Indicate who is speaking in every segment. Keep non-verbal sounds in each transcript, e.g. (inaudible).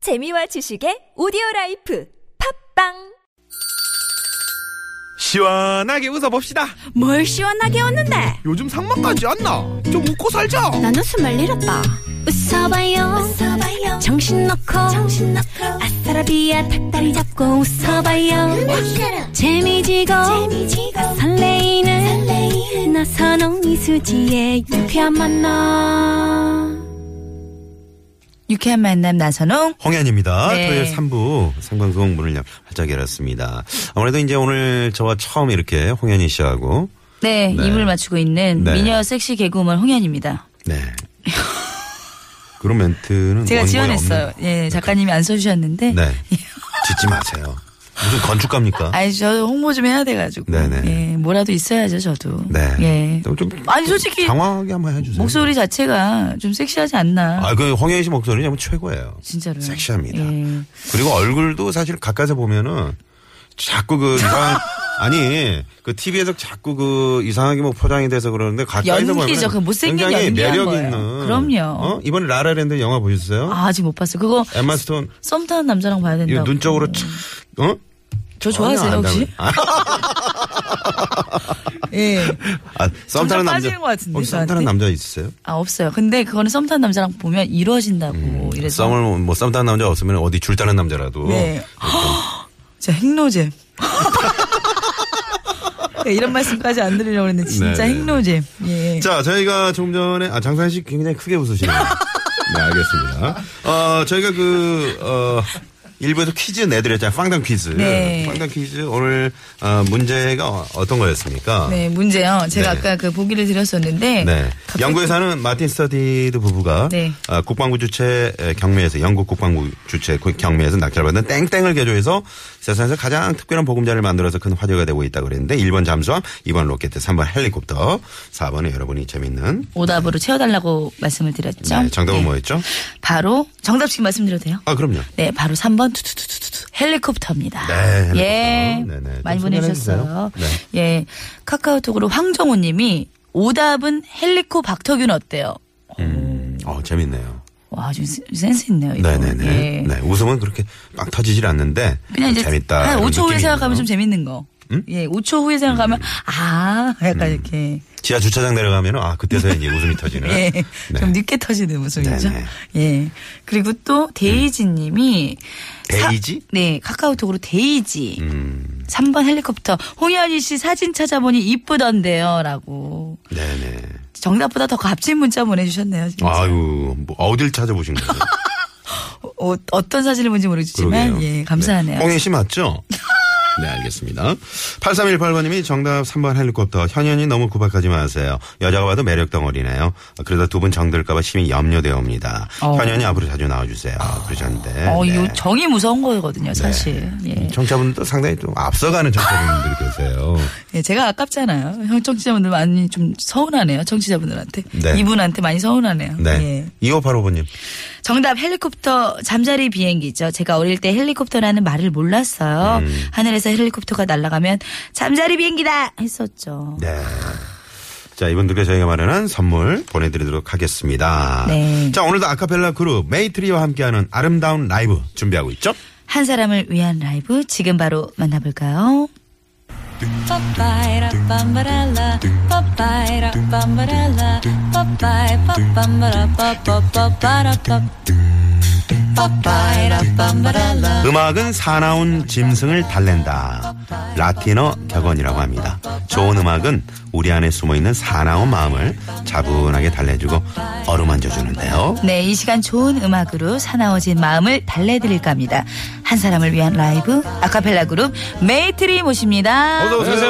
Speaker 1: 재미와 지식의 오디오 라이프 팝빵
Speaker 2: 시원하게 웃어봅시다.
Speaker 3: 뭘 시원하게 웃는데
Speaker 2: 요즘 상만까지 안 나. 좀 웃고 살자.
Speaker 3: 난 웃음을 잃었다 웃어봐요, 정신 놓고 아싸라비아 닭다리 잡고 웃어봐요 재미지고, 설레이는, 나선홍 이수지의 유쾌한 만남
Speaker 4: 유쾌한 만남 나선홍.
Speaker 5: 홍현입니다.
Speaker 4: 네.
Speaker 5: 토요일 3부 생방송 문을 열- 활짝 열었습니다. 아무래도 이제 오늘 저와 처음 이렇게 홍현희 씨하고
Speaker 4: 네,
Speaker 5: 네.
Speaker 4: 입을 맞추고 있는
Speaker 5: 네.
Speaker 4: 미녀 섹시 개그우먼 홍현입니다. (laughs)
Speaker 5: 네. 그런 멘트는
Speaker 4: 제가
Speaker 5: 원고에
Speaker 4: 지원했어요.
Speaker 5: 뭐, 없는-
Speaker 4: 예, 작가님이 안 써주셨는데.
Speaker 5: 네. 짓지 마세요. 무슨 건축가입니까?
Speaker 4: 아니, 저 홍보 좀 해야 돼가지고.
Speaker 5: 네네.
Speaker 4: 예, 뭐라도 있어야죠, 저도.
Speaker 5: 네.
Speaker 4: 예.
Speaker 5: 또좀
Speaker 4: 아니, 솔직히
Speaker 5: 당황하게 한번 해주세요.
Speaker 4: 목소리 자체가 좀 섹시하지 않나.
Speaker 5: 아, 그 홍현희 씨 목소리는 정말 최고예요.
Speaker 4: 진짜로요.
Speaker 5: 섹시합니다.
Speaker 4: 예.
Speaker 5: 그리고 얼굴도 사실 가까이서 보면은 자꾸 그
Speaker 4: (laughs)
Speaker 5: 이상한 아니 그 TV에서 자꾸 그 이상하게 뭐 포장이 돼서 그러는데 가까이서 보면
Speaker 4: 연기죠. 그 못생긴
Speaker 5: 굉장히
Speaker 4: 연기한
Speaker 5: 매력
Speaker 4: 거예요.
Speaker 5: 있는
Speaker 4: 그럼요.
Speaker 5: 어? 이번에 라라랜드 영화 보셨어요?
Speaker 4: 아, 아직 못 봤어요. 그거
Speaker 5: 엠마 스톤
Speaker 4: 썸 타는 남자랑 봐야 된다고.
Speaker 5: 이눈 쪽으로 촥 어?
Speaker 4: 저 좋아하세요,
Speaker 5: 전혀
Speaker 4: 혹시?
Speaker 5: 안다고.
Speaker 4: (laughs) 예.
Speaker 5: 아, 썸 타는
Speaker 4: 점점
Speaker 5: 남자
Speaker 4: 빠지는 것 같은데,
Speaker 5: 혹시 썸 타는
Speaker 4: 저한테?
Speaker 5: 남자 있으세요?
Speaker 4: 아, 없어요. 근데 그거는 썸 타는 남자랑 보면 이루어진다고. 이래서.
Speaker 5: 음, 썸을 뭐썸 타는 남자 없으면 어디 줄 타는 남자라도
Speaker 4: 네. 진짜 핵노잼. (laughs) 네, 이런 말씀까지 안 드리려고 했는데 진짜
Speaker 5: 네, 네.
Speaker 4: 핵노잼. 예.
Speaker 5: 자, 저희가 조금 전에 아 장산 씨 굉장히 크게 웃으시네요. 네, 알겠습니다. 어, 저희가 그 어. 일부에서 퀴즈 내드렸잖아요. 빵당 퀴즈.
Speaker 4: 네.
Speaker 5: 빵당 퀴즈 오늘 어, 문제가 어- 어떤 거였습니까?
Speaker 4: 네, 문제요. 제가
Speaker 5: 네.
Speaker 4: 아까 그 보기를 드렸었는데
Speaker 5: 네.
Speaker 4: 갑자기-
Speaker 5: 영국에 사는 마틴 스터디드 부부가
Speaker 4: 네.
Speaker 5: 아, 국방부 주최 에, 경매에서 영국 국방부 주최 그 경매에서 낙찰 받은 땡땡을 개조해서 세상에서 가장 특별한 보금자리를 만들어서 큰 화제가 되고 있다 그랬는데 1번 잠수함, 2번 로켓, 3번 헬리콥터, 4번은 여러분이 재밌는
Speaker 4: 오답으로 채워달라고 말씀을 드렸죠.
Speaker 5: 네, 정답은
Speaker 4: 네.
Speaker 5: 뭐였죠?
Speaker 4: 바로 정답 지금 말씀드려도 돼요?
Speaker 5: 아, 그럼요.
Speaker 4: 네, 바로 3번 투투투투투 헬리콥터입니다.
Speaker 5: 네, 헬리콥터.
Speaker 4: 예.
Speaker 5: 네네, 좀
Speaker 4: 많이
Speaker 5: 소개를
Speaker 4: 보내주셨어요.
Speaker 5: 해주세요. 네.
Speaker 4: 예. 카카오톡으로 황정우 님이 오답은 헬리코 박터균 어때요?
Speaker 5: 음, 어, 재밌네요.
Speaker 4: 와, 아주 센- 센스 있네요. 이거.
Speaker 5: 네네네.
Speaker 4: 예.
Speaker 5: 네, 웃음은 그렇게 빵 터지질 않는데.
Speaker 4: 그냥 이제
Speaker 5: 재밌다. 이런
Speaker 4: 한
Speaker 5: 음.
Speaker 4: 5초 후에
Speaker 5: 느낌이
Speaker 4: 생각하면
Speaker 5: 있네요.
Speaker 4: 좀 재밌는 거. 예, 5초 후에 생각하면 아, 약간
Speaker 5: 음.
Speaker 4: 이렇게
Speaker 5: 지하 주차장 내려가면, 아, 그때서야 이제 웃음이
Speaker 4: (laughs)
Speaker 5: 터지는.
Speaker 4: 예,
Speaker 5: 네.
Speaker 4: 좀 늦게 터지는 모습이죠.
Speaker 5: 네네. 음.
Speaker 4: 예, 그리고 또 데이지님이
Speaker 5: 데이지?
Speaker 4: 네, 카카오톡으로 데이지
Speaker 5: 음,
Speaker 4: 3번 헬리콥터 홍현희 씨 사진 찾아보니 이쁘던데요라고
Speaker 5: 네네.
Speaker 4: 정답보다 더 값진 문자 보내주셨네요. 진짜.
Speaker 5: 아유, 뭐, 어딜 찾아보신
Speaker 4: (laughs)
Speaker 5: 거예요?
Speaker 4: 어, 어떤 사진을 본지 모르겠지만
Speaker 5: 그러게요.
Speaker 4: 예, 감사하네요.
Speaker 5: 네. 홍혜 씨
Speaker 4: (laughs)
Speaker 5: 맞죠? 네, 알겠습니다. 8318번님이 정답 3번 헬리콥터. 현현이 너무 구박하지 마세요. 여자가 봐도 매력 덩어리네요. 아, 그러다 두 분 정들까봐 심히 염려되옵니다.
Speaker 4: 어.
Speaker 5: 현현이 앞으로 자주 나와주세요. 그러셨는데.
Speaker 4: 어,
Speaker 5: 네.
Speaker 4: 이거 정이 무서운 거거든요, 사실. 예.
Speaker 5: 음, 청자분들도 상당히 좀 앞서가는 청자분들 계세요.
Speaker 4: 예, 제가 아깝잖아요. 형 청취자분들 많이 좀 서운하네요. 청취자분들한테.
Speaker 5: 네.
Speaker 4: 이분한테 많이 서운하네요.
Speaker 5: 네.
Speaker 4: 예.
Speaker 5: 2585번님.
Speaker 4: 정답 헬리콥터 잠자리 비행기죠. 제가 어릴 때 헬리콥터라는 말을 몰랐어요. 하늘에서 헬리콥터가 날아가면 잠자리 비행기다 했었죠.
Speaker 5: 네. 자, 이분들께 저희가 마련한 선물 보내드리도록 하겠습니다.
Speaker 4: 네.
Speaker 5: 자, 오늘도 아카펠라 그룹 메이트리와 함께하는 아름다운 라이브 준비하고 있죠?
Speaker 4: 한 사람을 위한 라이브 지금 바로 만나볼까요?
Speaker 5: 음악은 사나운 짐승을 달랜다. 라틴어 격언이라고 합니다. 좋은 음악은 우리 안에 숨어있는 사나운 마음을 차분하게 달래주고 어루만져주는데요.
Speaker 4: 네, 이 시간 좋은 음악으로 사나워진 마음을 달래드릴까 합니다. 한 사람을 위한 라이브 아카펠라 그룹 메이트리 모십니다.
Speaker 6: 홍현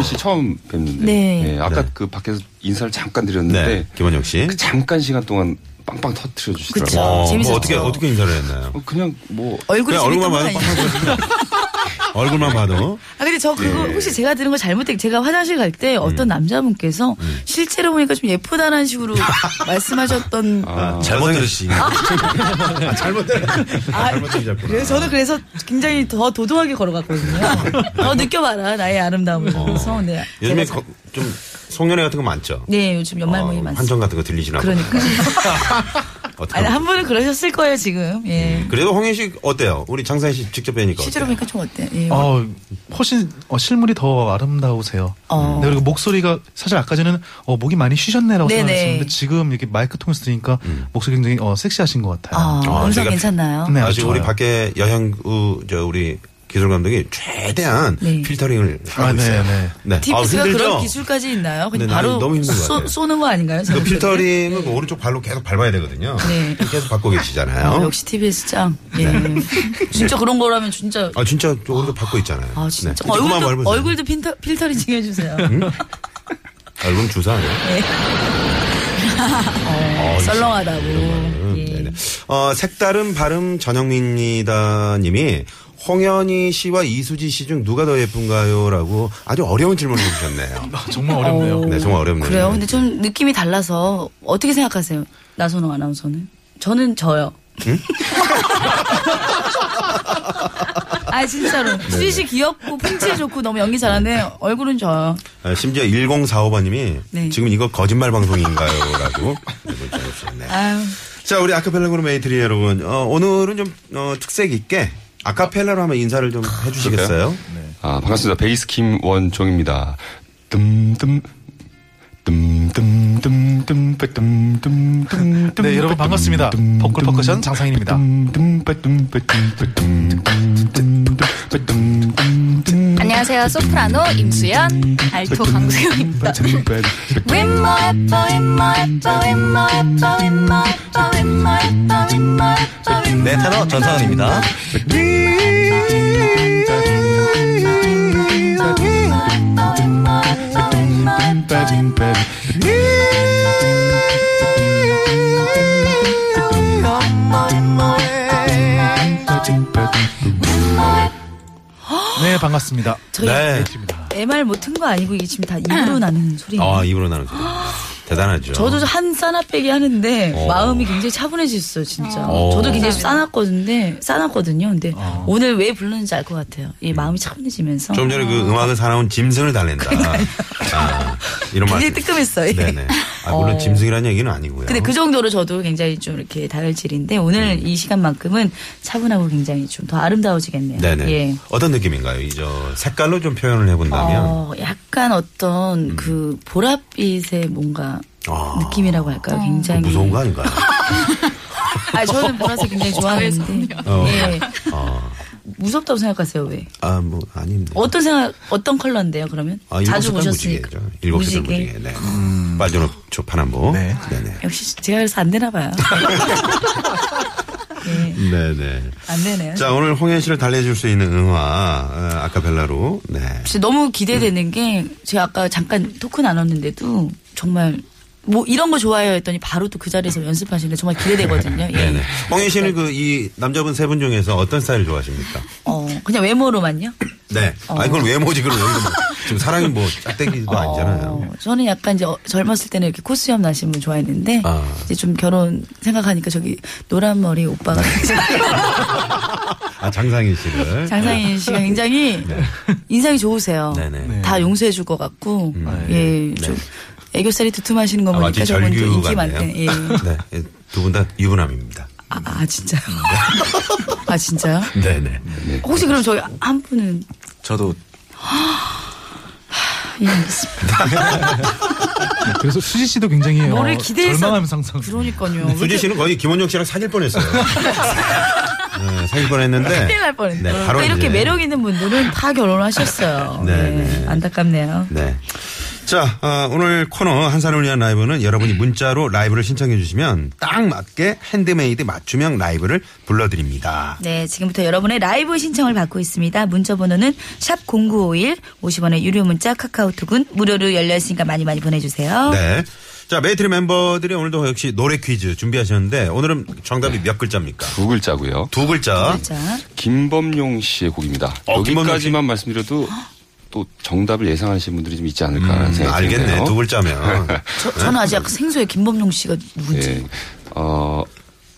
Speaker 6: 어, 씨 처음 뵙는데
Speaker 4: 네.
Speaker 6: 예, 아까
Speaker 5: 예. 네.
Speaker 6: 그 밖에서 인사를 잠깐 드렸는데
Speaker 5: 네, 김원혁 씨.
Speaker 6: 그 잠깐 시간 동안 빵빵 터트려
Speaker 4: 그쵸.
Speaker 6: 주시더라고요.
Speaker 5: 어, 뭐
Speaker 4: 재밌었죠?
Speaker 5: 어떻게 어떻게 인사를 했나요?
Speaker 6: 어, 그냥 뭐
Speaker 4: 얼굴이
Speaker 5: 그냥
Speaker 4: 재밌던
Speaker 5: 네, 얼굴만 봐도
Speaker 4: 거 아니에요?
Speaker 5: 빵빵 터지네. 얼굴만 봐도
Speaker 4: 아 근데 저 그거
Speaker 5: 예.
Speaker 4: 혹시 제가 들은 거 잘못된 제가 화장실 갈 때
Speaker 5: 음.
Speaker 4: 어떤 남자분께서 실제로 보니까 좀
Speaker 5: (laughs)
Speaker 4: 예쁘다는 식으로 말씀하셨던
Speaker 5: 아, 잘못 들으시. 아, 잘못 들으. 잘못 아. 들으셨구나.
Speaker 4: 아, 그래서 저는 그래서 굉장히 더 도도하게 걸어갔거든요.
Speaker 5: (laughs)
Speaker 4: 더 느껴봐라 나의 아름다움을. 그래서 네.
Speaker 5: 어. 요즘에
Speaker 4: 제가 잘-
Speaker 5: 거- 좀 송년회 같은 거 많죠.
Speaker 4: 네 요즘 연말 모임
Speaker 5: 어, (laughs)
Speaker 4: 많습니다.
Speaker 5: 환청 같은 거 들리시나 봐.
Speaker 4: 그러니까
Speaker 5: 어떤
Speaker 4: 아니, 한 분은 그러셨을 거예요, 지금. 예.
Speaker 5: 그래도 홍현 씨 어때요? 우리 장사희 씨 직접 뵈니까
Speaker 4: 실제로
Speaker 5: 음, 어때요? 아,
Speaker 4: 보니까 좀 어때? 예.
Speaker 7: 어, 훨씬 어, 실물이 더 아름다우세요.
Speaker 4: 어.
Speaker 7: 네, 그리고 목소리가 사실 아까 전에는 어, 목이 많이 쉬셨네라고
Speaker 4: 네네.
Speaker 7: 생각했었는데 지금 이렇게 마이크 통해서 들으니까 목소리 굉장히 어, 섹시하신 것 같아요.
Speaker 4: 아,
Speaker 5: 아,
Speaker 4: 음성
Speaker 5: 제가-
Speaker 4: 괜찮나요?
Speaker 7: 네,
Speaker 5: 아직 우리
Speaker 7: 좋아요.
Speaker 5: 밖에 여행우 저 우리 기술 감독이 최대한
Speaker 4: 네.
Speaker 5: 필터링을 하고
Speaker 7: 아, 네,
Speaker 5: 있어요.
Speaker 7: 네.
Speaker 4: 디프스가
Speaker 5: 아우, 힘들죠?
Speaker 4: 그런 기술까지 있나요? 그냥
Speaker 5: 네, 나는
Speaker 4: 바로
Speaker 5: 너무 힘든 것 같아요.
Speaker 4: 쏘, 는거 아닌가요?
Speaker 5: 그
Speaker 4: 저는
Speaker 5: 필터링은 그 오른쪽 발로 계속 밟아야 되거든요.
Speaker 4: 네.
Speaker 5: 계속 밟고 계시잖아요.
Speaker 4: 아, 역시 TBS 짱. 예.
Speaker 5: 네.
Speaker 4: 진짜 그런 거라면 진짜.
Speaker 5: 아 진짜 저 오른쪽 밟고 있잖아요.
Speaker 4: 아, 진짜.
Speaker 5: 네. 조금만 음?
Speaker 4: 얼굴도,
Speaker 5: 밟으세요.
Speaker 4: 얼굴도 필터, 필터링 해주세요.
Speaker 5: 얼굴 주사 아니에요?
Speaker 4: 네. 어, 썰렁하다고.
Speaker 5: 음,
Speaker 4: 예.
Speaker 5: 네네. 어, 색다른 발음 전영민이다 님이 홍현희 씨와 이수지 씨 중 누가 더 예쁜가요? 라고 아주 어려운 질문을
Speaker 4: (laughs)
Speaker 5: 해주셨네요.
Speaker 7: 아, (laughs) 정말 어렵네요.
Speaker 5: 네, 정말 어렵네요.
Speaker 4: 그래요? 근데 좀 느낌이 달라서 어떻게 생각하세요? 나선호 아나운서는? 저는 저요.
Speaker 5: 음?
Speaker 4: (laughs) 아 진짜로
Speaker 5: 네,
Speaker 4: 수지 씨 귀엽고 품질 좋고 너무 연기 잘하는데 얼굴은 저요.
Speaker 5: 아, 심지어 1045번님이
Speaker 4: 네.
Speaker 5: 지금 이거 거짓말 방송인가요? 라고 문자 주셨네요.
Speaker 4: 아유
Speaker 5: 자, 우리 아카펠라 그룹 메이트리 여러분. 어, 오늘은 좀 어, 특색 있게 아카펠라로 한번 인사를 좀 해주시겠어요?
Speaker 4: 네.
Speaker 6: 아, 반갑습니다. 베이스 김원종입니다. 뜸뜸 뜸뜸뜸뜸 뜸뜸뜸
Speaker 7: 네, 여러분 반갑습니다. 버클 퍼커션 장상인입니다.
Speaker 6: 음.
Speaker 8: 안녕하세요. 소프라노 임수연, 알토 강수영입니다. 윗모 예뻐, 윗모 예뻐, 윗모 예뻐, 윗모 예뻐, 윗모 예뻐, 윗모 예뻐, 윗모
Speaker 9: 네, 테너 전상은입니다.
Speaker 7: 네, 반갑습니다.
Speaker 4: 저희
Speaker 5: 네.
Speaker 4: MR 못한 거 아니고 이게 지금 다 입으로 나는 소리예요.
Speaker 5: 아, 입으로 나누세 대단하죠.
Speaker 4: 저도 한 싸나빼기 하는데
Speaker 5: 그러니까. 어.
Speaker 4: 마음이 굉장히 차분해졌어요 진짜.
Speaker 5: 어.
Speaker 4: 저도 굉장히 싸놨거든요. 싸놨거든요. 근데 오늘 왜 불렀는지 알 것 같아요. 이 마음이 차분해지면서.
Speaker 5: 좀 전에 그 음악은 사나운 짐승을 달랜다. 아, 이런 말.
Speaker 4: 굉장히 뜨끔했어요.
Speaker 5: 네네. 아, 물론
Speaker 4: 어.
Speaker 5: 짐승이라는 얘기는 아니고요.
Speaker 4: 근데 그 정도로 저도 굉장히 좀 이렇게 다혈질인데 오늘
Speaker 5: 음.
Speaker 4: 이 시간만큼은 차분하고 굉장히 좀 더 아름다워지겠네요.
Speaker 5: 네네.
Speaker 4: 예.
Speaker 5: 어떤 느낌인가요? 이 저 색깔로 좀 표현을 해본다면. 음.
Speaker 4: 어, 약간 어떤 그 보랏빛의 뭔가
Speaker 5: 아. 그
Speaker 4: 느낌이라고 할까요? 굉장히
Speaker 5: 무서운 거 아닌가요?
Speaker 4: 아 저는
Speaker 5: (laughs)
Speaker 4: 보라색 굉장히 좋아하는데
Speaker 5: 어.
Speaker 4: 예.
Speaker 5: 어.
Speaker 4: 무섭다고 생각하세요 왜?
Speaker 5: 아, 뭐, 아닙니다.
Speaker 4: 어떤 생각 어떤 컬러인데요 그러면?
Speaker 5: 아, 일곱
Speaker 4: 자주
Speaker 5: 색깔
Speaker 4: 보셨으니까
Speaker 5: 무지개죠. 일곱 색깔 무지개. 네. 빨주노 초파남보. 네. 네네.
Speaker 4: 역시 제가 그래서 안
Speaker 5: (laughs)
Speaker 4: 되나 봐요. 예,
Speaker 5: 네네.
Speaker 4: 안 되네요.
Speaker 5: 자, 오늘 홍현 씨를 달래줄 수 있는 응화, 어, 아카펠라로. 네.
Speaker 4: 진짜 너무 기대되는 게 제가 아까 잠깐 토크 나눴는데도 정말 뭐 이런 거 좋아해요 했더니 바로 또 그 자리에서 연습하시는데 정말 기대되거든요. 예.
Speaker 5: 네네. 홍현 씨는 그 이 남자분 세 분 중에서 어떤 스타일 좋아하십니까?
Speaker 4: 어, 그냥 외모로만요?
Speaker 5: 네. 아, 이걸 외모지, 그럼 여기서
Speaker 4: (laughs)
Speaker 5: 뭐 지금 사랑이 뭐 짝대기도 아니잖아요.
Speaker 4: 어. 어, 저는 약간 이제 어- 젊었을 때는 이렇게 코수염 나신 분 좋아했는데
Speaker 5: 아.
Speaker 4: 이제 좀 결혼 생각하니까 저기 노란 머리 오빠가
Speaker 5: 네.
Speaker 4: (laughs)
Speaker 5: 아, 장상희 씨를.
Speaker 4: 장상인 씨가 굉장히 인상이 좋으세요.
Speaker 5: 네. 네네. 네. 음,
Speaker 4: 다 용서해 줄 것 같고 예, 좀 애교살이 두툼하시는 거
Speaker 5: 아,
Speaker 4: 보니까
Speaker 5: 마치
Speaker 4: 저분 이제
Speaker 5: 절규
Speaker 4: 인기
Speaker 5: 같네요.
Speaker 4: 많대. 예.
Speaker 5: (laughs) 네. 두 분 다 유부남입니다.
Speaker 4: 아, 아 진짜요? 아 진짜요?
Speaker 5: 음, 네. 네네.
Speaker 4: 혹시 그럼 저희 한 분은
Speaker 9: 저도
Speaker 4: 예, 알겠습니다.
Speaker 7: 네, 그래서 수지 씨도 굉장히 어,
Speaker 4: 너를 기대해서
Speaker 7: 절망하면 상상.
Speaker 4: 그러니까요. 왜
Speaker 5: 수지
Speaker 4: 이렇게
Speaker 5: 씨는 거의 김원영 씨랑 사귈
Speaker 4: (laughs)
Speaker 5: 뻔했어요. 네, 사귈 뻔했는데.
Speaker 4: 큰일 날 뻔했네.
Speaker 5: 네, 바로
Speaker 4: 그러니까 이렇게
Speaker 5: 이제.
Speaker 4: 매력 있는 분들은 다 결혼하셨어요.
Speaker 5: 네,
Speaker 4: 예,
Speaker 5: 네.
Speaker 4: 안타깝네요.
Speaker 5: 네. 자, 아, 오늘 코너 한산을 위한 라이브는
Speaker 4: 음.
Speaker 5: 여러분이 문자로 라이브를 신청해 주시면 딱 맞게 핸드메이드 맞춤형 라이브를 불러드립니다.
Speaker 4: 네, 지금부터 여러분의 라이브 신청을 받고 있습니다. 문자 번호는 샵 0951, 50원의 유료 문자 카카오톡은 무료로 열려 있으니까 많이 많이 보내주세요.
Speaker 5: 네. 자, 메이트리 멤버들이 오늘도 역시 노래 퀴즈 준비하셨는데 오늘은 정답이 몇 글자입니까?
Speaker 6: 두 글자고요.
Speaker 5: 두 글자.
Speaker 4: 자,
Speaker 6: 김범용 씨의 곡입니다.
Speaker 5: 어, 김범용 씨.
Speaker 6: 여기까지만 말씀드려도 또 정답을 예상하시는 분들이 좀 있지 않을까 하는 생각이
Speaker 5: 음, 알겠네.
Speaker 6: 아, 드네요.
Speaker 5: 두
Speaker 6: (laughs)
Speaker 5: 글자면.
Speaker 4: 저, 저는 아직 약간 생소해요. 김범용 씨가 누군지.
Speaker 6: 예. 어,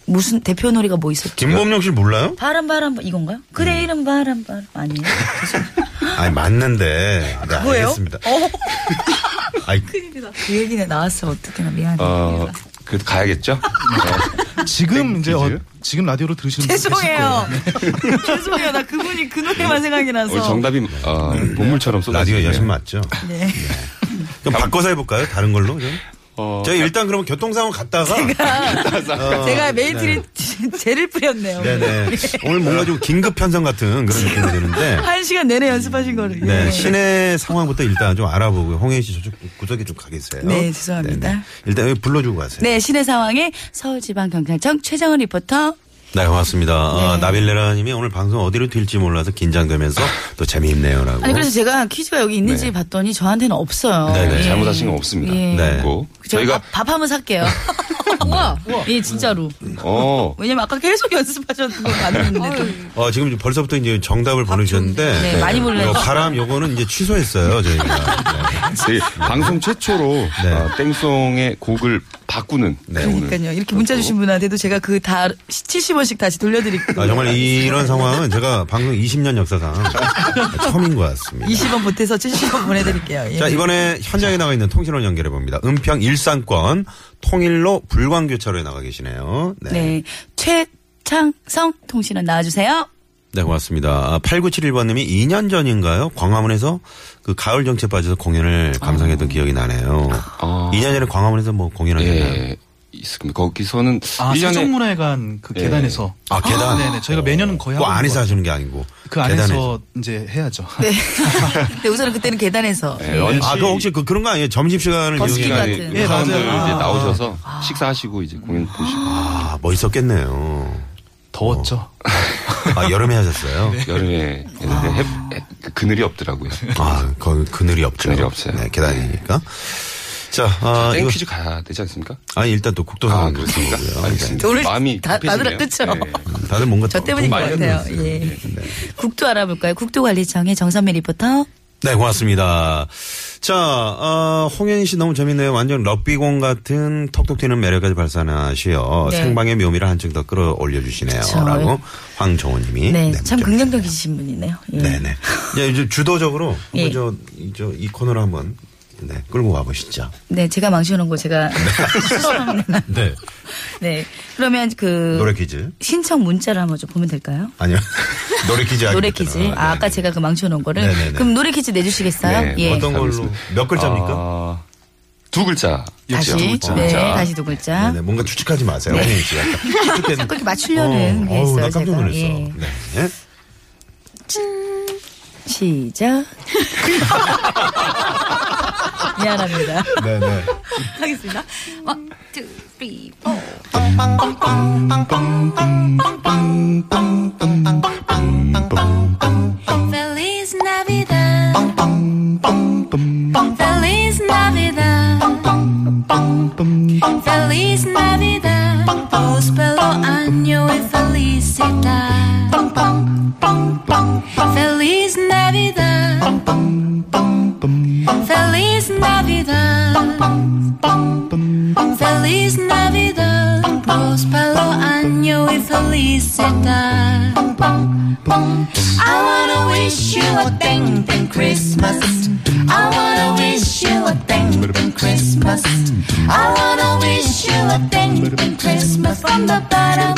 Speaker 4: 무슨 대표 놀이가 뭐 있었죠?
Speaker 5: 김범용 씨 몰라요?
Speaker 4: 바람 바람 이건가요? 그대 이름 바람 바람 아니에요?
Speaker 5: 아니, 맞는데.
Speaker 4: 아,
Speaker 5: 네,
Speaker 4: (laughs) 뭐예요?
Speaker 5: 알겠습니다.
Speaker 4: 어,
Speaker 5: 아이,
Speaker 4: 그 얘기는 나왔어 어떻게나 미안해.
Speaker 6: 어, 그 그래도 가야겠죠? 네.
Speaker 7: 지금 이제 어,
Speaker 6: 퀴즈?
Speaker 7: 지금 라디오로 들으시는 분들 계실
Speaker 4: 죄송해요.
Speaker 7: 거예요.
Speaker 4: (laughs) 죄송해요. 나 그분이 그 노래만 생각이 나서.
Speaker 6: 우리 정답이 어, 보물처럼 쏟아지네요.
Speaker 5: 라디오 여신 맞죠?
Speaker 4: 네.
Speaker 5: 그럼 바꿔서 해볼까요? 다른 걸로? 좀?
Speaker 6: 어,
Speaker 5: 저희 일단 그러면 교통상황 갔다가 어,
Speaker 4: 제가 매일 드린 (laughs) 죄를 뿌렸네요.
Speaker 5: 네네 오늘 뭔가 좀 긴급 편성 같은 그런 느낌이 드는데
Speaker 4: 한 시간 내내 연습하신 거를.
Speaker 5: 네
Speaker 4: 예.
Speaker 5: 시내 상황부터 일단 좀 알아보고 홍혜인 씨 저쪽 구석에 좀 가겠어요.
Speaker 4: 네, 죄송합니다.
Speaker 5: 네네. 일단 여기 불러주고 가세요.
Speaker 4: 네, 시내 상황에 서울지방경찰청 최정은 리포터.
Speaker 5: 네, 고맙습니다. 어, 나빌레라님이 오늘 방송 어디로 튈지 몰라서 긴장되면서 또 재미있네요라고.
Speaker 4: 아니 그래서 제가 퀴즈가 여기 있는지 봤더니 저한테는 없어요.
Speaker 5: 네네.
Speaker 4: 예.
Speaker 6: 잘못하신 건 없습니다.
Speaker 4: 예.
Speaker 5: 네.
Speaker 6: 그리고
Speaker 4: 저희가
Speaker 6: 저희가
Speaker 4: 밥, 밥 한번 살게요. 우와, 예, 진짜로.
Speaker 6: 어
Speaker 4: 왜냐면 아까 계속 연습하셨던 거 봤는데.
Speaker 5: 어, 지금 이제 벌써부터 이제 정답을 보내주셨는데.
Speaker 4: 네, 많이 보내요.
Speaker 5: 이거 바람 요거는 이제 취소했어요, 저희가. 네.
Speaker 6: 저희 방송 최초로 어, 땡송의 곡을 바꾸는 네, 오늘
Speaker 4: 그러니까요. 이렇게 문자 주신 분한테도 제가 그 다 70원씩 다시 돌려드릴게요.
Speaker 5: 아, 정말 이런 상황은 제가 방송 20년 역사상 처음인 것 같습니다.
Speaker 4: 20원 보태서 70원 보내드릴게요. 예.
Speaker 5: 자, 이번에 현장에 나가 있는 통신원 연결해 봅니다. 은평 일산권 통일로 불광교차로에 나가 계시네요. 네.
Speaker 4: 네. 최창성 통신원 나와주세요. (laughs)
Speaker 5: 네, 고맙습니다. 8971번님이 2년 전인가요? 광화문에서 그 가을 정체 빠져서 공연을 감상했던 기억이 나네요.
Speaker 6: 아.
Speaker 5: 2년 전에 광화문에서 뭐 공연하셨나요?
Speaker 6: 예 있습니다. 거기서는
Speaker 7: 아,
Speaker 6: 1년에
Speaker 7: 세종문화회관 그
Speaker 6: 예.
Speaker 7: 계단에서
Speaker 5: 아, 계단?
Speaker 7: 네네 저희가 매년은 거의
Speaker 5: 그
Speaker 7: 하고 있는
Speaker 5: 안에서
Speaker 7: 것
Speaker 5: 하시는 게 아니고.
Speaker 7: 같아요. 그 안에서 이제 해야죠.
Speaker 4: 네. 근데 우선은 그때는 계단에서.
Speaker 6: 네, 런치
Speaker 5: 아, 그 혹시 그 그런 거 아니에요? 점심시간을
Speaker 4: 버스킹
Speaker 5: 이용해가지고.
Speaker 6: 시간에
Speaker 4: 같은.
Speaker 6: 그
Speaker 7: 예,
Speaker 6: 사람들
Speaker 7: 맞아요.
Speaker 6: 이제
Speaker 7: 아.
Speaker 6: 나오셔서 식사하시고 이제 공연 보시고
Speaker 5: 아, 멋있었겠네요.
Speaker 7: (laughs) 더웠죠.
Speaker 5: 아, 여름에
Speaker 7: (laughs)
Speaker 5: 하셨어요?
Speaker 7: 네.
Speaker 6: 여름에 했는데 해- 해- 그 그늘이 없더라고요.
Speaker 5: 아, 그 그늘이 없죠.
Speaker 6: 그늘이 없어요.
Speaker 5: 네, 계단이니까. 자, 아, 이거.
Speaker 6: 땡퀴즈 가야 되지 않습니까?
Speaker 5: 아니, 일단 또 국도상.
Speaker 6: 아, 그렇습니까? 알겠습니다.
Speaker 4: 오늘
Speaker 6: 마음이
Speaker 4: 다-
Speaker 6: 급해지네요. 예.
Speaker 4: 다들
Speaker 6: 네.
Speaker 4: 그쵸?
Speaker 5: 다들 뭔가 뭐
Speaker 4: 저
Speaker 5: 또-
Speaker 4: 때문인 것
Speaker 6: 많이
Speaker 4: 같아요. 예. 국도 알아볼까요? 국도관리청의 정선미 리포터.
Speaker 5: 네, 고맙습니다. 자, 어, 홍현희 씨 너무 재밌네요. 완전 럭비공 같은 톡톡 튀는 매력까지 발산하시어
Speaker 4: 네.
Speaker 5: 생방의 묘미를 한층 더 끌어올려 주시네요.
Speaker 4: 그쵸.
Speaker 5: 라고 황정호 님이.
Speaker 4: 네, 참
Speaker 5: 예? 문자
Speaker 4: 긍정적이신 분이네요. 예.
Speaker 5: 주셨네요. 네네. 예, 이제 주도적으로
Speaker 4: 예.
Speaker 5: 한번 저, 이, 저, 이 코너를 한번 네, 끌고 가보시죠.
Speaker 4: 네, 제가 망치는 거 제가 죄송합니다.
Speaker 5: 네.
Speaker 4: (laughs) 네, 그러면 그
Speaker 5: 노래 퀴즈.
Speaker 4: 신청 문자를 한번 좀 보면 될까요?
Speaker 5: 아니요. (laughs) 노래 퀴즈
Speaker 4: 노래
Speaker 5: 하기로
Speaker 4: 퀴즈.
Speaker 5: 했잖아.
Speaker 4: 아,
Speaker 5: 네,
Speaker 4: 아까
Speaker 5: 네.
Speaker 4: 제가 그 망쳐놓은 거를.
Speaker 5: 네네네.
Speaker 4: 그럼 노래 퀴즈 내주시겠어요?
Speaker 6: 네,
Speaker 4: 예.
Speaker 5: 어떤 걸로 몇 글자입니까?
Speaker 6: 아, 두 글자.
Speaker 4: 다시.
Speaker 6: 역시 두
Speaker 4: 네,
Speaker 6: 글자.
Speaker 4: 다시 두 글자.
Speaker 5: 네네, 뭔가 추측하지 마세요. 홍현희 씨
Speaker 4: (laughs)
Speaker 5: 약간 추측해서.
Speaker 4: 그렇게 맞추려는 게
Speaker 5: 어우,
Speaker 4: 있어요.
Speaker 5: 나 깜짝
Speaker 4: 네. 제가.
Speaker 5: 놀랐어.
Speaker 4: 예.
Speaker 5: 네. 네. (laughs)
Speaker 4: 시작. 미안합니다.
Speaker 5: 네네.
Speaker 8: 하겠습니다. One, two, three, four. Feliz Navidad. Feliz Navidad.
Speaker 7: 음,
Speaker 5: 아,
Speaker 8: Feliz Navidad. Prospero año y felicidad. Feliz Navidad. Feliz Navidad. Feliz Navidad, próspero año y felicidad. I wanna wish you a ding ding Christmas. I wanna wish you a ding ding Christmas. I wanna wish you a ding ding Christmas from the bottom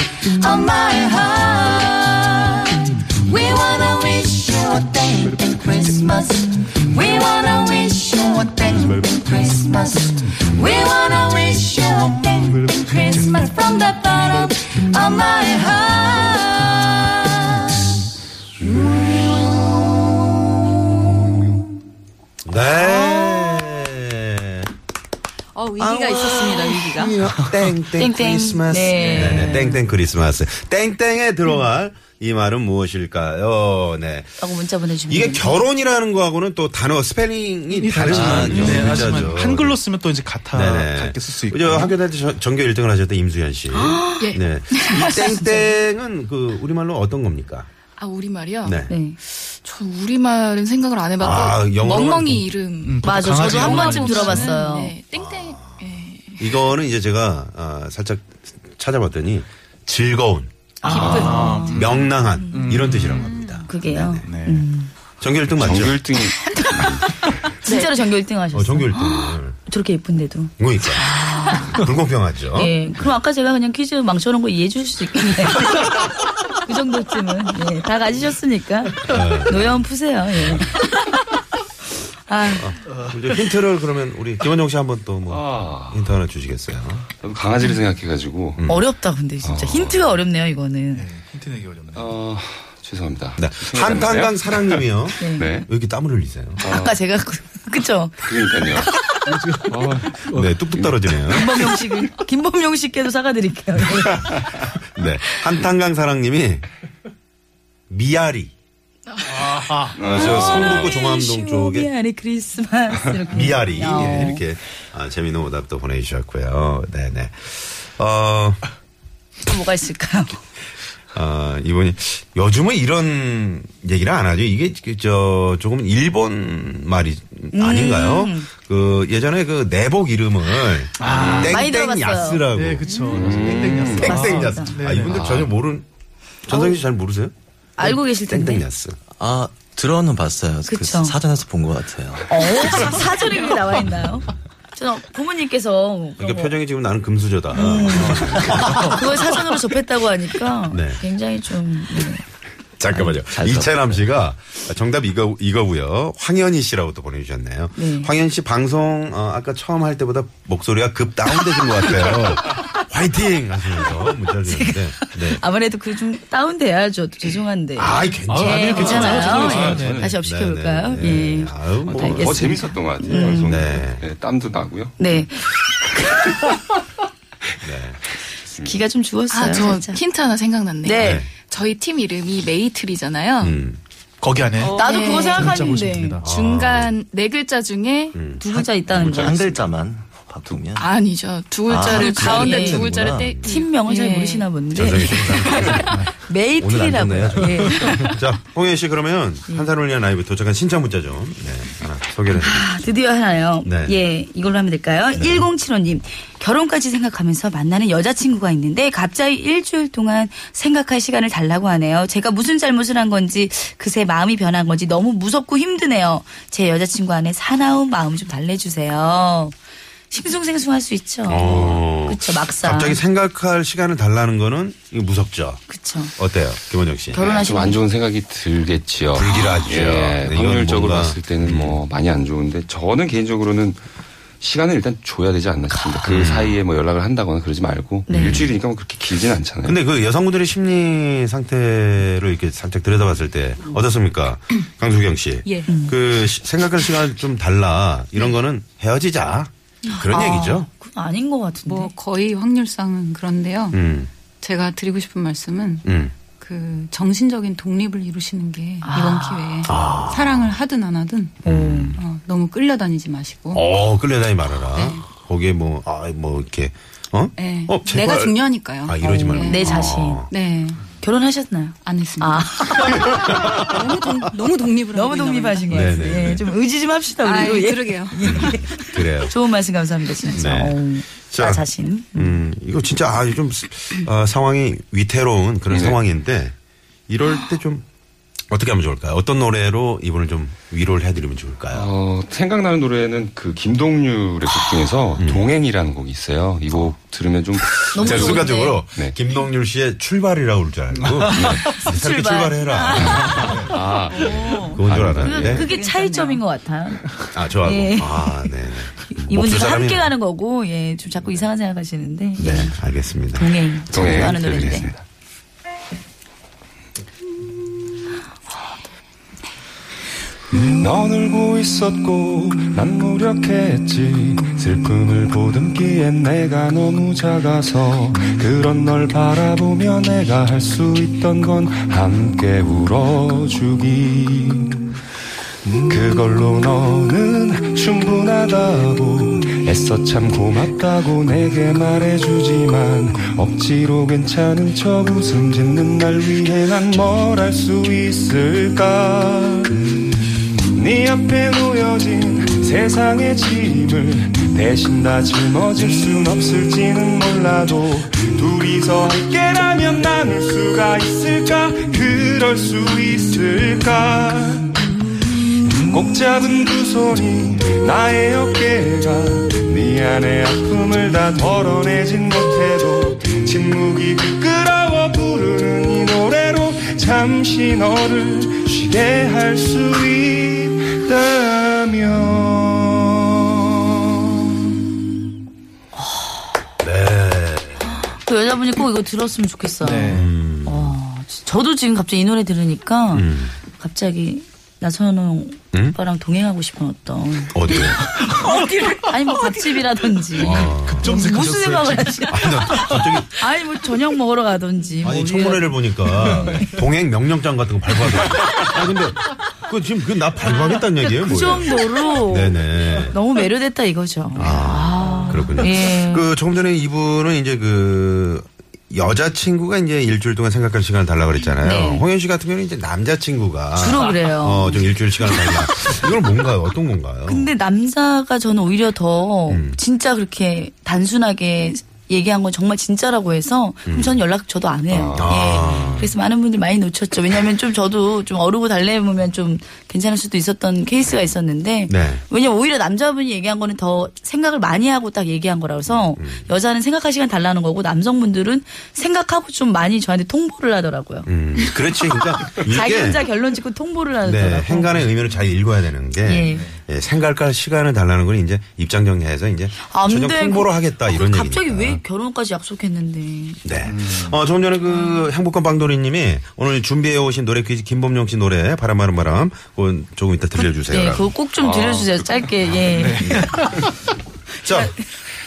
Speaker 8: of my heart. We wanna wish you a ding ding Christmas. We wanna wish you a ding ding Christmas. We wanna wish you a ding ding Christmas from the bottom of my heart.
Speaker 5: 네.
Speaker 4: 어, 위기가 있었습니다, 위기가.
Speaker 7: 아.
Speaker 5: 땡땡 크리스마스.
Speaker 4: 네.
Speaker 5: 네네, 땡땡 크리스마스. 땡땡에 들어갈 이 말은 무엇일까요? 네.
Speaker 4: 라고 문자 보내주면.
Speaker 7: 음.
Speaker 5: 이게
Speaker 4: 됩니다.
Speaker 5: 결혼이라는 거하고는 또 단어 스펠링이
Speaker 7: 하지만,
Speaker 5: 다르잖아요.
Speaker 7: 네, 하지만
Speaker 5: 문자죠.
Speaker 7: 한글로 쓰면 또 이제 같아
Speaker 5: 네네.
Speaker 7: 같게 쓸 수 있고. 아, 예.
Speaker 5: 그죠? 학교 다닐 때 저- 전교 1등을 하셨던 임수현 씨.
Speaker 7: (laughs)
Speaker 5: 네. 이 땡땡은 그 우리말로 어떤 겁니까?
Speaker 9: 아 우리말이요?
Speaker 5: 네.
Speaker 4: 네.
Speaker 9: 저 우리말은 생각을 안 해봤고
Speaker 5: 아, 영어로는
Speaker 9: 멍멍이 이름
Speaker 7: 음, 보통
Speaker 4: 맞아, 저도
Speaker 7: 강아지
Speaker 4: 한
Speaker 7: 이름으로
Speaker 4: 번쯤 들어봤어요.
Speaker 9: 네, 땡땡 예.
Speaker 5: 이거는 이제 제가 아, 살짝 찾아봤더니 즐거운, 아, 기쁜, 음. 명랑한 이런 뜻이라고 합니다.
Speaker 4: 그게요.
Speaker 5: 네,
Speaker 7: 네,
Speaker 5: 음. 전교 1등 맞죠?
Speaker 6: 정규 1등이
Speaker 4: 진짜로 전교 1등 하셨어요.
Speaker 5: 네. 어, 전교 1등을.
Speaker 4: 저렇게 예쁜데도.
Speaker 5: 그러니까. 불공평하죠.
Speaker 4: 예. 그럼 아까 제가 그냥 퀴즈 망쳐놓은 거 이해해 주실 수 있겠네요. (laughs) 그 정도쯤은. 예. 다 가지셨으니까.
Speaker 5: 네.
Speaker 4: 노여운 푸세요. 예. 아,
Speaker 5: 그럼 이제 힌트를 그러면 우리 김원정 씨 한번 또 뭐
Speaker 6: 아,
Speaker 5: 힌트 하나 주시겠어요?
Speaker 6: 저도 강아지를 생각해가지고.
Speaker 5: 음.
Speaker 4: 어렵다, 근데
Speaker 5: 아.
Speaker 4: 진짜. 힌트가 어렵네요, 이거는.
Speaker 7: 힌트 내기 어렵네요.
Speaker 6: 어, 죄송합니다.
Speaker 5: 네.
Speaker 6: 생각이 안 나네요.
Speaker 5: 한탄강 (laughs) 사랑님이요.
Speaker 6: 네.
Speaker 5: 왜 이렇게 땀을 흘리세요?
Speaker 4: 아까 제가, 그- 그쵸?
Speaker 6: 그러니까요. 어,
Speaker 5: 네, 뚝뚝 떨어지네요.
Speaker 4: 김범용 씨를, 김범용 씨께도 사과드릴게요. 네.
Speaker 5: 네. 한탄강 사랑님이 미아리. 아, 저 성북구 종암동 쪽에
Speaker 4: 아니 크리스마스 이렇게.
Speaker 5: 미아리
Speaker 4: 어.
Speaker 5: 예, 이렇게 아, 재미있는 오답도 보내주셨고요. 네네. 어,
Speaker 4: 또 뭐가 있을까요?
Speaker 5: 아, 이분이 요즘은 이런 얘기를 안 하죠. 이게 그, 저 조금 일본 말이
Speaker 4: 음.
Speaker 5: 아닌가요? 그 예전에 그 내복 이름을
Speaker 4: 아. 많이
Speaker 5: 땡땡
Speaker 4: 들어봤어요.
Speaker 5: 야스라고
Speaker 7: 네, 그쵸. 땡땡야스.
Speaker 5: 땡땡 야스. 아
Speaker 7: 네.
Speaker 5: 이분들 전혀 모르는 전성기 씨잘 모르세요?
Speaker 4: 어. 알고 계실 텐데.
Speaker 5: 땡땡 야스.
Speaker 10: 아 들어는 봤어요. 그
Speaker 4: 그쵸.
Speaker 10: 사전에서 본 것 같아요.
Speaker 4: 어? 사전에 이게 나와 있나요? 저는 부모님께서 그런
Speaker 5: 그러니까
Speaker 4: 거-
Speaker 5: 표정이 지금 나는 금수저다.
Speaker 4: 음. 그걸 사전으로 접했다고 하니까
Speaker 5: (laughs) 네.
Speaker 4: 굉장히 좀 네.
Speaker 5: 잠깐만요.
Speaker 10: 잘
Speaker 5: 이채남 씨가 정답 이거 이거고요. 황현희 씨라고 또 보내주셨네요.
Speaker 4: 네.
Speaker 5: 황현희 씨 방송 어, 아까 처음 할 때보다 목소리가 급 다운되신 것 같아요. (laughs) 화이팅 하시면서 문자를 주는데. 네.
Speaker 4: 아무래도 그 좀 다운돼야죠. 또 죄송한데.
Speaker 5: 아이 네, 괜찮.
Speaker 4: 예,
Speaker 7: 아니요, 괜찮아요.
Speaker 4: 괜찮아요.
Speaker 6: 괜찮아요.
Speaker 4: 예. 다시 업시켜볼까요?
Speaker 5: 네, 네,
Speaker 4: 예.
Speaker 5: 네. 아유, 뭐.
Speaker 6: 더,
Speaker 4: (laughs) 알겠습니다.
Speaker 6: 더 재밌었던 것 같아요. 방송.
Speaker 5: 네.
Speaker 6: 네, 땀도 나고요.
Speaker 5: (laughs)
Speaker 4: 네. 기가 좀 주었어요.
Speaker 9: 아, 저
Speaker 4: 진짜.
Speaker 9: 힌트 하나 생각났네.
Speaker 4: 네.
Speaker 5: 네.
Speaker 9: 저희 팀 이름이 메이트리잖아요.
Speaker 5: 음.
Speaker 7: 거기 안에
Speaker 9: 나도
Speaker 4: 네.
Speaker 9: 그거
Speaker 7: 문자 보시면
Speaker 9: 생각하는데
Speaker 7: 됩니다.
Speaker 5: 아.
Speaker 9: 중간 네 글자 중에
Speaker 5: 음.
Speaker 4: 두 글자 있다는 거.
Speaker 10: 한 글자만 바꾸면
Speaker 9: 아니죠. 두 글자를
Speaker 10: 아,
Speaker 9: 가운데
Speaker 4: 네.
Speaker 9: 두 글자를 떼
Speaker 4: 팀명을 잘
Speaker 9: 예.
Speaker 4: 모르시나 본데.
Speaker 5: 전성기 씨. 예. 오늘 안
Speaker 4: 메이트리라고.
Speaker 5: 좋네요,
Speaker 4: 예.
Speaker 5: 자, 홍현 씨 그러면 한산을 위한 라이브 도착한 신청 문자 좀 네, 하나 소개를 해드릴게요.
Speaker 4: 아, 드디어 하나요.
Speaker 5: 네.
Speaker 4: 예, 이걸로 하면 될까요? 1075님, 결혼까지 생각하면서 만나는 여자친구가 있는데 갑자기 일주일 동안 생각할 시간을 달라고 하네요. 제가 무슨 잘못을 한 건지 그새 마음이 변한 건지 너무 무섭고 힘드네요. 제 여자친구 안에 사나운 마음 좀 달래주세요. 싱숭생숭할 수 있죠.
Speaker 5: 어.
Speaker 4: 그쵸, 막상.
Speaker 5: 갑자기 생각할 시간을 달라는 거는 이거 무섭죠.
Speaker 4: 그쵸.
Speaker 5: 어때요, 김원영 씨?
Speaker 4: 결혼하신
Speaker 6: 좀안 좋은 생각이 들겠지요.
Speaker 5: 불길하죠. 네,
Speaker 6: 예,
Speaker 5: 이건
Speaker 6: 확률적으로
Speaker 5: 뭔가- 음.
Speaker 6: 봤을 때는 뭐 많이 안 좋은데 저는 개인적으로는 시간을 일단 줘야 되지 않나
Speaker 5: 음.
Speaker 6: 싶습니다. 그 사이에 뭐 연락을 한다거나 그러지 말고
Speaker 4: 네.
Speaker 6: 일주일이니까 뭐 그렇게 길진 않잖아요.
Speaker 5: 근데 그 여성분들의 심리 상태를 이렇게 살짝 들여다봤을 때 어떻습니까, 강수경 씨?
Speaker 4: 예.
Speaker 5: 그 시- 생각할 시간을 좀 달라 이런 거는 헤어지자 그런
Speaker 4: 아.
Speaker 5: 얘기죠.
Speaker 4: 그건 아닌 것 같은데.
Speaker 11: 뭐 거의 확률상은 그런데요.
Speaker 5: 음,
Speaker 11: 제가 드리고 싶은 말씀은
Speaker 5: 음.
Speaker 11: 그 정신적인 독립을 이루시는 게 이번
Speaker 4: 아.
Speaker 11: 기회에
Speaker 5: 아.
Speaker 11: 사랑을 하든 안 하든 어, 너무 끌려다니지 마시고
Speaker 5: 음. 어 끌려다니 말아라.
Speaker 4: 네.
Speaker 5: 거기에 뭐아뭐 이렇게 어?
Speaker 11: 네.
Speaker 5: 어, 제발.
Speaker 11: 내가 중요하니까요.
Speaker 5: 아 이러지
Speaker 11: 어,
Speaker 5: 말고
Speaker 4: 내 자신.
Speaker 5: 어.
Speaker 11: 네.
Speaker 4: 결혼하셨나요? 아.
Speaker 11: 안 했습니다. (laughs) 너무, 독, 너무 독립을 하고
Speaker 4: 너무
Speaker 11: 있나
Speaker 4: 독립하신 것
Speaker 5: 네,
Speaker 4: 같은데.
Speaker 5: 네, 네.
Speaker 4: 좀 의지 좀 합시다.
Speaker 11: 보네요.
Speaker 4: 우리도.
Speaker 11: 아이,
Speaker 4: 예.
Speaker 11: 그러게요.
Speaker 5: 그래요.
Speaker 4: (laughs) 좋은 말씀 감사합니다, 진짜.
Speaker 5: 네.
Speaker 4: 어우,
Speaker 5: 자.
Speaker 4: 나 자신.
Speaker 5: 음, 이거 진짜 아, 좀 아, 상황이 위태로운 그런
Speaker 6: 네.
Speaker 5: 상황인데 이럴 때 좀 어떻게 하면 좋을까요? 어떤 노래로 이분을 좀 위로를 해드리면 좋을까요?
Speaker 6: 어, 생각나는 노래는 그 김동률의 곡 중에서
Speaker 5: 음.
Speaker 6: 동행이라는 곡이 있어요. 이 곡 들으면 좀
Speaker 4: 너무
Speaker 5: 제가
Speaker 4: 좋은데.
Speaker 5: 순간적으로
Speaker 6: 네.
Speaker 5: 김동률 씨의 출발이라고 할 줄 알고 네. 새롭게
Speaker 4: 출발.
Speaker 5: 출발해라. 네.
Speaker 6: 아,
Speaker 5: 그건 줄
Speaker 6: 아,
Speaker 5: 알았는데.
Speaker 4: 그, 게 차이점인 것 같아요.
Speaker 5: 아, 저하고.
Speaker 4: 예.
Speaker 5: 아, 네네.
Speaker 4: (laughs) 이분들
Speaker 5: 사람이-
Speaker 4: 함께 가는 거고, 예, 좀 자꾸 이상한 생각 하시는데.
Speaker 5: 네, 알겠습니다.
Speaker 4: 동행.
Speaker 6: 동행
Speaker 4: 하는 노래인데.
Speaker 6: 예, 들려드리겠습니다. 넌 울고 있었고 난 무력했지 슬픔을 보듬기에 내가 너무 작아서 그런 널 바라보며 내가 할 수 있던 건 함께 울어주기 그걸로 너는 충분하다고 애써 참 고맙다고 내게 말해주지만 억지로 괜찮은 척 웃음 짓는 날 위해 난 뭘 할 수 있을까 네 앞에 놓여진 세상의 짐을 대신 다 짊어질 순 없을지는 몰라도 둘이서 함께라면 나눌 수가 있을까 그럴 수 있을까
Speaker 12: 꼭 잡은 두 손이 나의 어깨가 네 안의 아픔을 다 덜어내진 못해도 침묵이 끌어워 부르는 이 노래로 잠시 너를 쉬게 할 수 있다면
Speaker 4: 그 여자분이 꼭 이거 들었으면 좋겠어요.
Speaker 5: 네.
Speaker 4: 어, 지- 저도 지금 갑자기 이 노래 들으니까 갑자기 나선홍
Speaker 5: 음?
Speaker 4: 오빠랑 동행하고 싶은 어떤
Speaker 5: (laughs) 어디요? 아,
Speaker 4: 어디를? 아니 뭐 밥집이라든지
Speaker 7: 음.
Speaker 4: 무슨 생각을 하시? 아니 뭐 저녁 먹으러 가든지 뭐
Speaker 5: 아니
Speaker 4: 우리가-
Speaker 5: 청문회를 보니까
Speaker 4: 네.
Speaker 5: 동행 명령장 같은 거 발부하더라고. 아 근데 그 지금 그 나 발부하겠다는 얘기예요,
Speaker 4: 그
Speaker 5: 뭐예요?
Speaker 4: 정도로
Speaker 5: 네네.
Speaker 4: 너무 매료됐다 이거죠. 아,
Speaker 5: 그렇군요.
Speaker 4: 예.
Speaker 5: 그 조금 전에 이분은 이제 그 여자친구가 이제 일주일 동안 생각할 시간을 달라고 그랬잖아요.
Speaker 4: 네.
Speaker 5: 홍현 씨 같은 경우는 이제 남자친구가
Speaker 4: 주로 그래요.
Speaker 5: 어, 좀 일주일 시간을 달라. 이건 뭔가요? 어떤 건가요?
Speaker 4: 근데 남자가 저는 오히려 더
Speaker 5: 음.
Speaker 4: 진짜 그렇게 단순하게 얘기한 건 정말 진짜라고 해서 그럼 저는 연락 저도 안 해요.
Speaker 5: 음. 아.
Speaker 4: 예. 그래서 많은 분들이 많이 놓쳤죠. 왜냐하면 좀 저도 좀 어르고 달래보면 좀 괜찮을 수도 있었던 케이스가 있었는데
Speaker 5: 네.
Speaker 4: 왜냐면 오히려 남자분이 얘기한 거는 더 생각을 많이 하고 딱 얘기한 거라서
Speaker 5: 음.
Speaker 4: 여자는 생각할 시간 달라는 거고 남성분들은 생각하고 좀 많이 저한테 통보를 하더라고요.
Speaker 5: 음, 그렇지. 그러니까
Speaker 4: (laughs) 자기
Speaker 5: 이게
Speaker 4: 혼자 결론 짓고 통보를 하더라고요.
Speaker 5: 네, 행간의 의미를 잘 읽어야 되는 게 예, 생각할 시간을 달라는 건 이제 입장 정리해서 이제
Speaker 4: 안
Speaker 5: 전혀
Speaker 4: 돼. 그 아,
Speaker 5: 통보로 하겠다 이런 얘기.
Speaker 4: 갑자기 왜 결혼까지 약속했는데
Speaker 5: 네. 어, 조금 전에
Speaker 4: 음.
Speaker 5: 그 행복한 빵돌이님이 오늘 준비해 오신 노래 퀴즈 김범용 씨 노래 바람 바람 바람 그건 조금 이따 들려주세요. 아,
Speaker 4: 네, 그거 꼭 좀 들려주세요. 짧게. 예.
Speaker 5: 네. 자,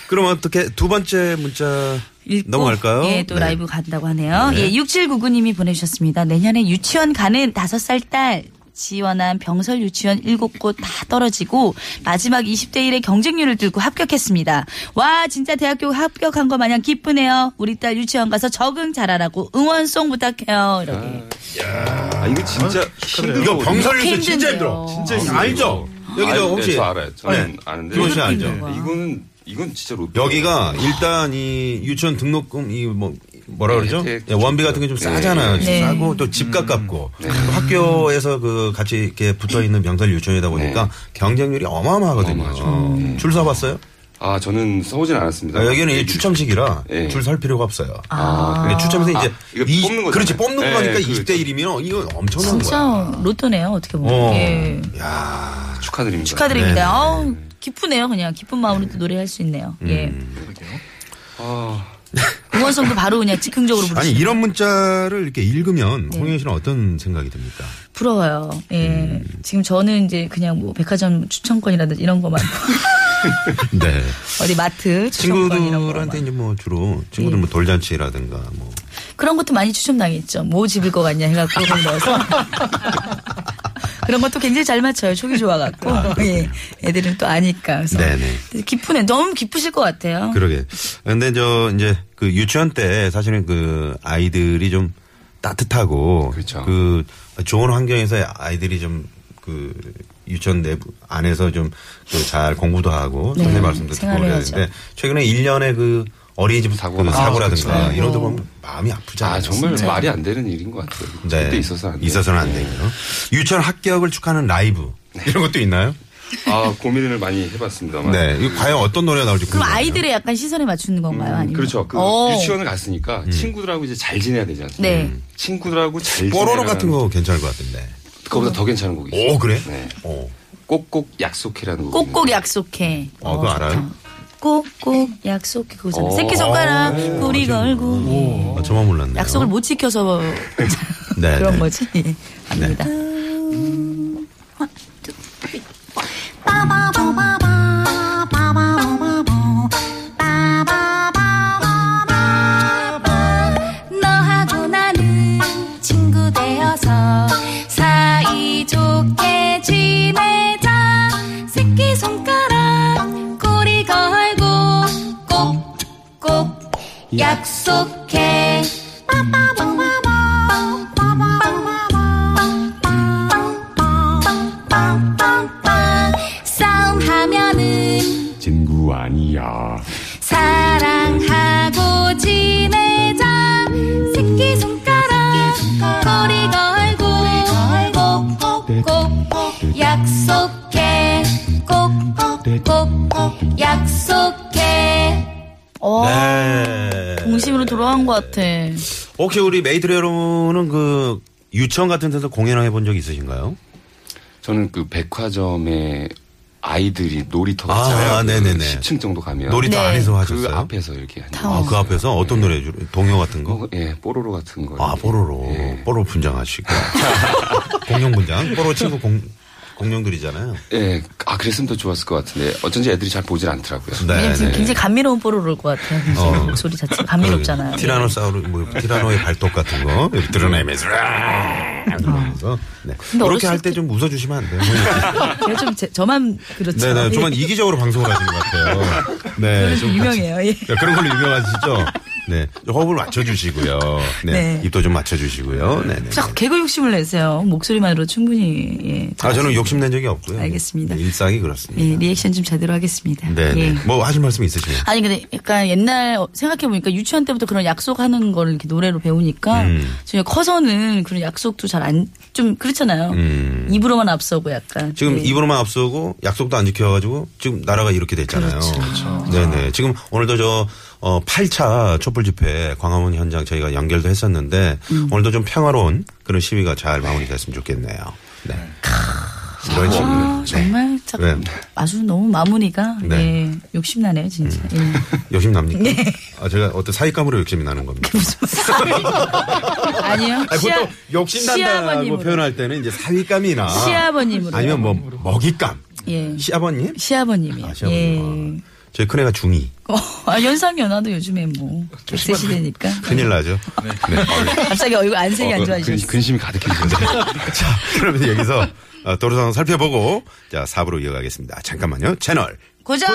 Speaker 5: 그럼 어떻게 두 번째 문자
Speaker 4: (laughs) 읽고,
Speaker 5: 넘어갈까요?
Speaker 4: 예, 또
Speaker 5: 네.
Speaker 4: 라이브 간다고 하네요.
Speaker 5: 네.
Speaker 4: 예, 6799님이 보내주셨습니다. 내년에 유치원 가는 5살 딸. 지원한 병설 유치원 7곳 다 떨어지고 마지막 20대 1의 경쟁률을 뚫고 합격했습니다. 와 진짜 대학교 합격한 거 마냥 기쁘네요. 우리 딸 유치원 가서 적응 잘하라고 응원송 부탁해요. 이렇게.
Speaker 6: 아, 이거 진짜 힘들어.
Speaker 5: 이거 병설
Speaker 4: 그렇게
Speaker 5: 유수 진짜 힘들어.
Speaker 4: 힘든데요. 아, 네.
Speaker 6: 진짜 힘들어.
Speaker 5: 알죠? 여기
Speaker 6: 아니,
Speaker 5: 저 혹시
Speaker 6: 네, 저 알아요. 저는
Speaker 5: 네.
Speaker 6: 아는데.
Speaker 5: 김원 씨 알죠?
Speaker 6: 이거는 이건 진짜 로
Speaker 5: 여기가 일단 이 유치원 등록금 이 뭐 뭐라
Speaker 6: 네,
Speaker 5: 그러죠?
Speaker 6: 혜택
Speaker 5: 예, 원비 같은 게 좀
Speaker 6: 네.
Speaker 5: 싸잖아요. 좀
Speaker 6: 네.
Speaker 5: 싸고 또 집 가깝고 또 학교에서 그 같이 이렇게 붙어 있는 병설 유치원이다 보니까
Speaker 6: 네.
Speaker 5: 경쟁률이 어마어마하거든요. 줄 서봤어요?
Speaker 6: 아 저는 써오진 않았습니다. 예,
Speaker 5: 아, 여기는 이 추첨식이라
Speaker 6: 네.
Speaker 5: 줄 설 필요가 없어요.
Speaker 6: 아.
Speaker 5: 근데 추첨해서 이제
Speaker 6: 아, 이거
Speaker 5: 이-
Speaker 6: 뽑는 거잖아요.
Speaker 5: 그렇지 뽑는
Speaker 6: 네,
Speaker 5: 거니까
Speaker 6: 그-
Speaker 5: 20대 1이면 이거 엄청난 거야.
Speaker 4: 진짜 로또네요 어떻게 보면.
Speaker 5: 어.
Speaker 4: 예.
Speaker 6: 축하드립니다.
Speaker 4: 축하드립니다.
Speaker 5: 네.
Speaker 4: 아우, 기쁘네요 그냥 기쁜 마음으로 또 노래할 수 있네요. 예.
Speaker 6: 아,
Speaker 4: 응원송도 바로 그냥 즉흥적으로 부르시
Speaker 5: 아니 이런 문자를 이렇게 읽으면
Speaker 4: 네.
Speaker 5: 홍현 씨는 어떤 생각이
Speaker 4: (laughs)
Speaker 5: 듭니까?
Speaker 4: 부러워요. 예.
Speaker 5: 음.
Speaker 4: 지금 저는 이제 그냥 뭐 백화점 추천권이라든지 이런 거만 (laughs)
Speaker 5: 네.
Speaker 4: 어디 마트 추천권 이런 거
Speaker 5: 친구들한테 이제 뭐 주로 친구들
Speaker 4: 네.
Speaker 5: 뭐 돌잔치라든가 뭐
Speaker 4: 그런 것도 많이 추첨당했죠. 뭐 집을 것 같냐 해갖고 거기 넣어서 (laughs) 그런 것도 굉장히 잘 맞춰요. 촉이 좋아갖고 예. 애들은 또 아니까 그래서
Speaker 5: 네네.
Speaker 4: 기쁘네. 너무 기쁘실 것 같아요.
Speaker 5: 그러게. 근데 저 이제 그 유치원 때 사실은 그 아이들이 좀 따뜻하고
Speaker 6: 그렇죠.
Speaker 5: 그 좋은 환경에서 아이들이 좀 그 유치원 내부 안에서 좀그 잘 공부도 하고
Speaker 13: 네,
Speaker 5: 선생님 말씀도 듣고
Speaker 13: 생활을
Speaker 5: 그래야
Speaker 13: 해야죠.
Speaker 5: 되는데 최근에 1년에 그 어린이집 사고
Speaker 6: 아,
Speaker 5: 사고라든가
Speaker 6: 그렇죠.
Speaker 5: 이런 거 보면 마음이 아프지 않아요?
Speaker 6: 아 정말 말이 안 되는 일인 것 같아요. 절대 있어서 안
Speaker 5: 네.
Speaker 6: 돼요. 네.
Speaker 5: 있어서는 안 되고요. 유치원 합격을 축하하는 라이브 이런 것도 있나요?
Speaker 6: 아 고민을 많이 해봤습니다만.
Speaker 5: 네, 이거 과연 어떤 노래가 나올지
Speaker 4: 그럼
Speaker 5: 궁금해요.
Speaker 4: 아이들의 약간 시선에 맞추는 건가요? 아니면 어.
Speaker 6: 그렇죠. 그
Speaker 4: 오.
Speaker 6: 유치원을 갔으니까
Speaker 5: 음.
Speaker 6: 친구들하고 이제 잘 지내야 되지 않습니까?
Speaker 4: 네.
Speaker 6: 친구들하고 잘
Speaker 5: 뽀로로
Speaker 6: 지내라는-
Speaker 5: 같은 거 괜찮을 것 같은데.
Speaker 6: 그거보다 더 괜찮은 곡이 있어요.
Speaker 5: 오, 그래?
Speaker 6: 네.
Speaker 5: 오.
Speaker 6: 꼭꼭 약속해라는 곡.
Speaker 4: 꼭꼭 약속해. 어.
Speaker 6: 아 그거 알아요?
Speaker 4: 꼭꼭 약속해 그거잖아.
Speaker 6: 어.
Speaker 4: 새끼 손가락 우리 걸고
Speaker 5: 아, 저만 몰랐네.
Speaker 4: 약속을 못 지켜서
Speaker 5: 네,
Speaker 4: 그런
Speaker 5: 네.
Speaker 4: 거지. 예, 아닙니다.
Speaker 3: 너하고 나는 친구 되어서 사이좋게 지내자 새끼손가락 꼬리 걸고 꼭꼭 약속해 빵빵빵빵빵빵빵빵빵빵빵빵빵빵빵 싸움하면은
Speaker 12: 친구 아니야.
Speaker 3: 사랑하고 지내자 새끼손가락 꼬리 걸고 꼭꼭 약속
Speaker 4: 어,
Speaker 5: 네.
Speaker 4: 것 같아.
Speaker 5: 혹시 우리 메이드 여러분은 그 유치원 같은 데서 공연을 해본 적 있으신가요?
Speaker 6: 저는 그 백화점에 아이들이 놀이터가
Speaker 5: 아,
Speaker 6: 있잖아요.
Speaker 5: 아,
Speaker 6: 그
Speaker 5: 네네네.
Speaker 6: 10층 정도 가면
Speaker 5: 놀이터
Speaker 6: 네.
Speaker 5: 안에서 하셨어요?
Speaker 6: 그 앞에서 예. 이렇게 하는
Speaker 5: 아, 그 앞에서 어떤 노래 주- 동요 같은 거?
Speaker 6: 예, 뽀로로 같은 거.
Speaker 5: 아, 뽀로로.
Speaker 6: 예.
Speaker 5: 뽀로로 분장하시고.
Speaker 6: (laughs)
Speaker 5: 공룡 분장. 뽀로로 친구 공, 공룡들이잖아요.
Speaker 6: 예, 아 그랬으면 더 좋았을 것 같은데 어쩐지 애들이 잘 보질 않더라고요.
Speaker 5: 네.
Speaker 4: 왜냐면 지금 굉장히 감미로운 뽀로로일 것 같아요. 지금 목소리 자체가 감미롭잖아요.
Speaker 5: 어.
Speaker 4: 네.
Speaker 5: 티라노사우루, 뭐, 티라노의 발톱 같은 거. 이렇게 드러내면서. 그러면서. 네.
Speaker 4: 아. 근데
Speaker 5: 그렇게 할
Speaker 4: 어렸을
Speaker 5: 때 좀 웃어주시면 안 돼요.
Speaker 4: 제가 네. 좀 제, 저만 그렇죠.
Speaker 5: 네네. 저만
Speaker 4: 예.
Speaker 5: 이기적으로 방송을 하시는 것
Speaker 4: (laughs)
Speaker 5: 같아요. 네.
Speaker 4: 그래서
Speaker 5: 좀
Speaker 4: 유명해요. 예.
Speaker 5: 네, 그런 걸로 유명하시죠? 네. 호흡을 맞춰주시고요. 네.
Speaker 4: 네.
Speaker 5: 입도 좀 맞춰주시고요. 네네.
Speaker 4: 자꾸 개그 욕심을 내세요. 목소리만으로 충분히 예.
Speaker 5: 아, 저는 욕심낸 적이 없고요.
Speaker 4: 알겠습니다.
Speaker 5: 네, 일상이 그렇습니다.
Speaker 4: 예, 리액션 좀 제대로 하겠습니다.
Speaker 5: 네네.
Speaker 4: 예.
Speaker 5: 뭐 하실 말씀 있으시면.
Speaker 4: 아니 근데 약간 옛날 생각해 보니까 유치원 때부터 그런 약속하는 거를 이렇게 노래로 배우니까
Speaker 5: 음.
Speaker 4: 지금 커서는 그런 약속도 잘 안 좀 그렇잖아요.
Speaker 5: 음.
Speaker 4: 입으로만 앞서고 약간
Speaker 5: 지금
Speaker 4: 예.
Speaker 5: 입으로만 앞서고 약속도 안 지켜가지고 지금 나라가 이렇게 됐잖아요.
Speaker 4: 그렇죠.
Speaker 5: 네네. 지금 오늘도 저 어, 8차 촛불 집회 광화문 현장 저희가 연결도 했었는데
Speaker 4: 음.
Speaker 5: 오늘도 좀 평화로운 그런 시위가 잘 마무리됐으면 좋겠네요. 네. 이런 식으로.
Speaker 4: 아, 정말 참
Speaker 5: 네.
Speaker 4: 아주 너무 마무리가
Speaker 5: 네. 음.
Speaker 4: 예, 욕심나네요 진짜. 예.
Speaker 5: 욕심 납니까?
Speaker 4: 네.
Speaker 5: 아, 제가 어떤 사익감으로 욕심이 나는 겁니까?
Speaker 4: 예. 아니요.
Speaker 5: 아니,
Speaker 4: 시아,
Speaker 5: 보통 욕심난다고
Speaker 4: 시아버님으로.
Speaker 5: 표현할 때는 이제 사익감이나
Speaker 4: 시아버님으로.
Speaker 5: 아니면 뭐 먹잇감.
Speaker 4: 예.
Speaker 5: 시아버님?
Speaker 4: 시아버님이요. 예.
Speaker 5: 저희 큰애가 중이.
Speaker 4: 어, 아, 연상연하도 요즘에 뭐 100세 시대니까.
Speaker 5: 큰일 나죠. 네.
Speaker 4: 갑자기 얼굴 안색이 안 좋아지셨어요.
Speaker 6: 그 근심이 가득해지는데.
Speaker 5: 자, 그러면 여기서 어, 도로 상황 살펴보고 자, 4부로 이어가겠습니다. 잠깐만요. 채널
Speaker 4: 고정!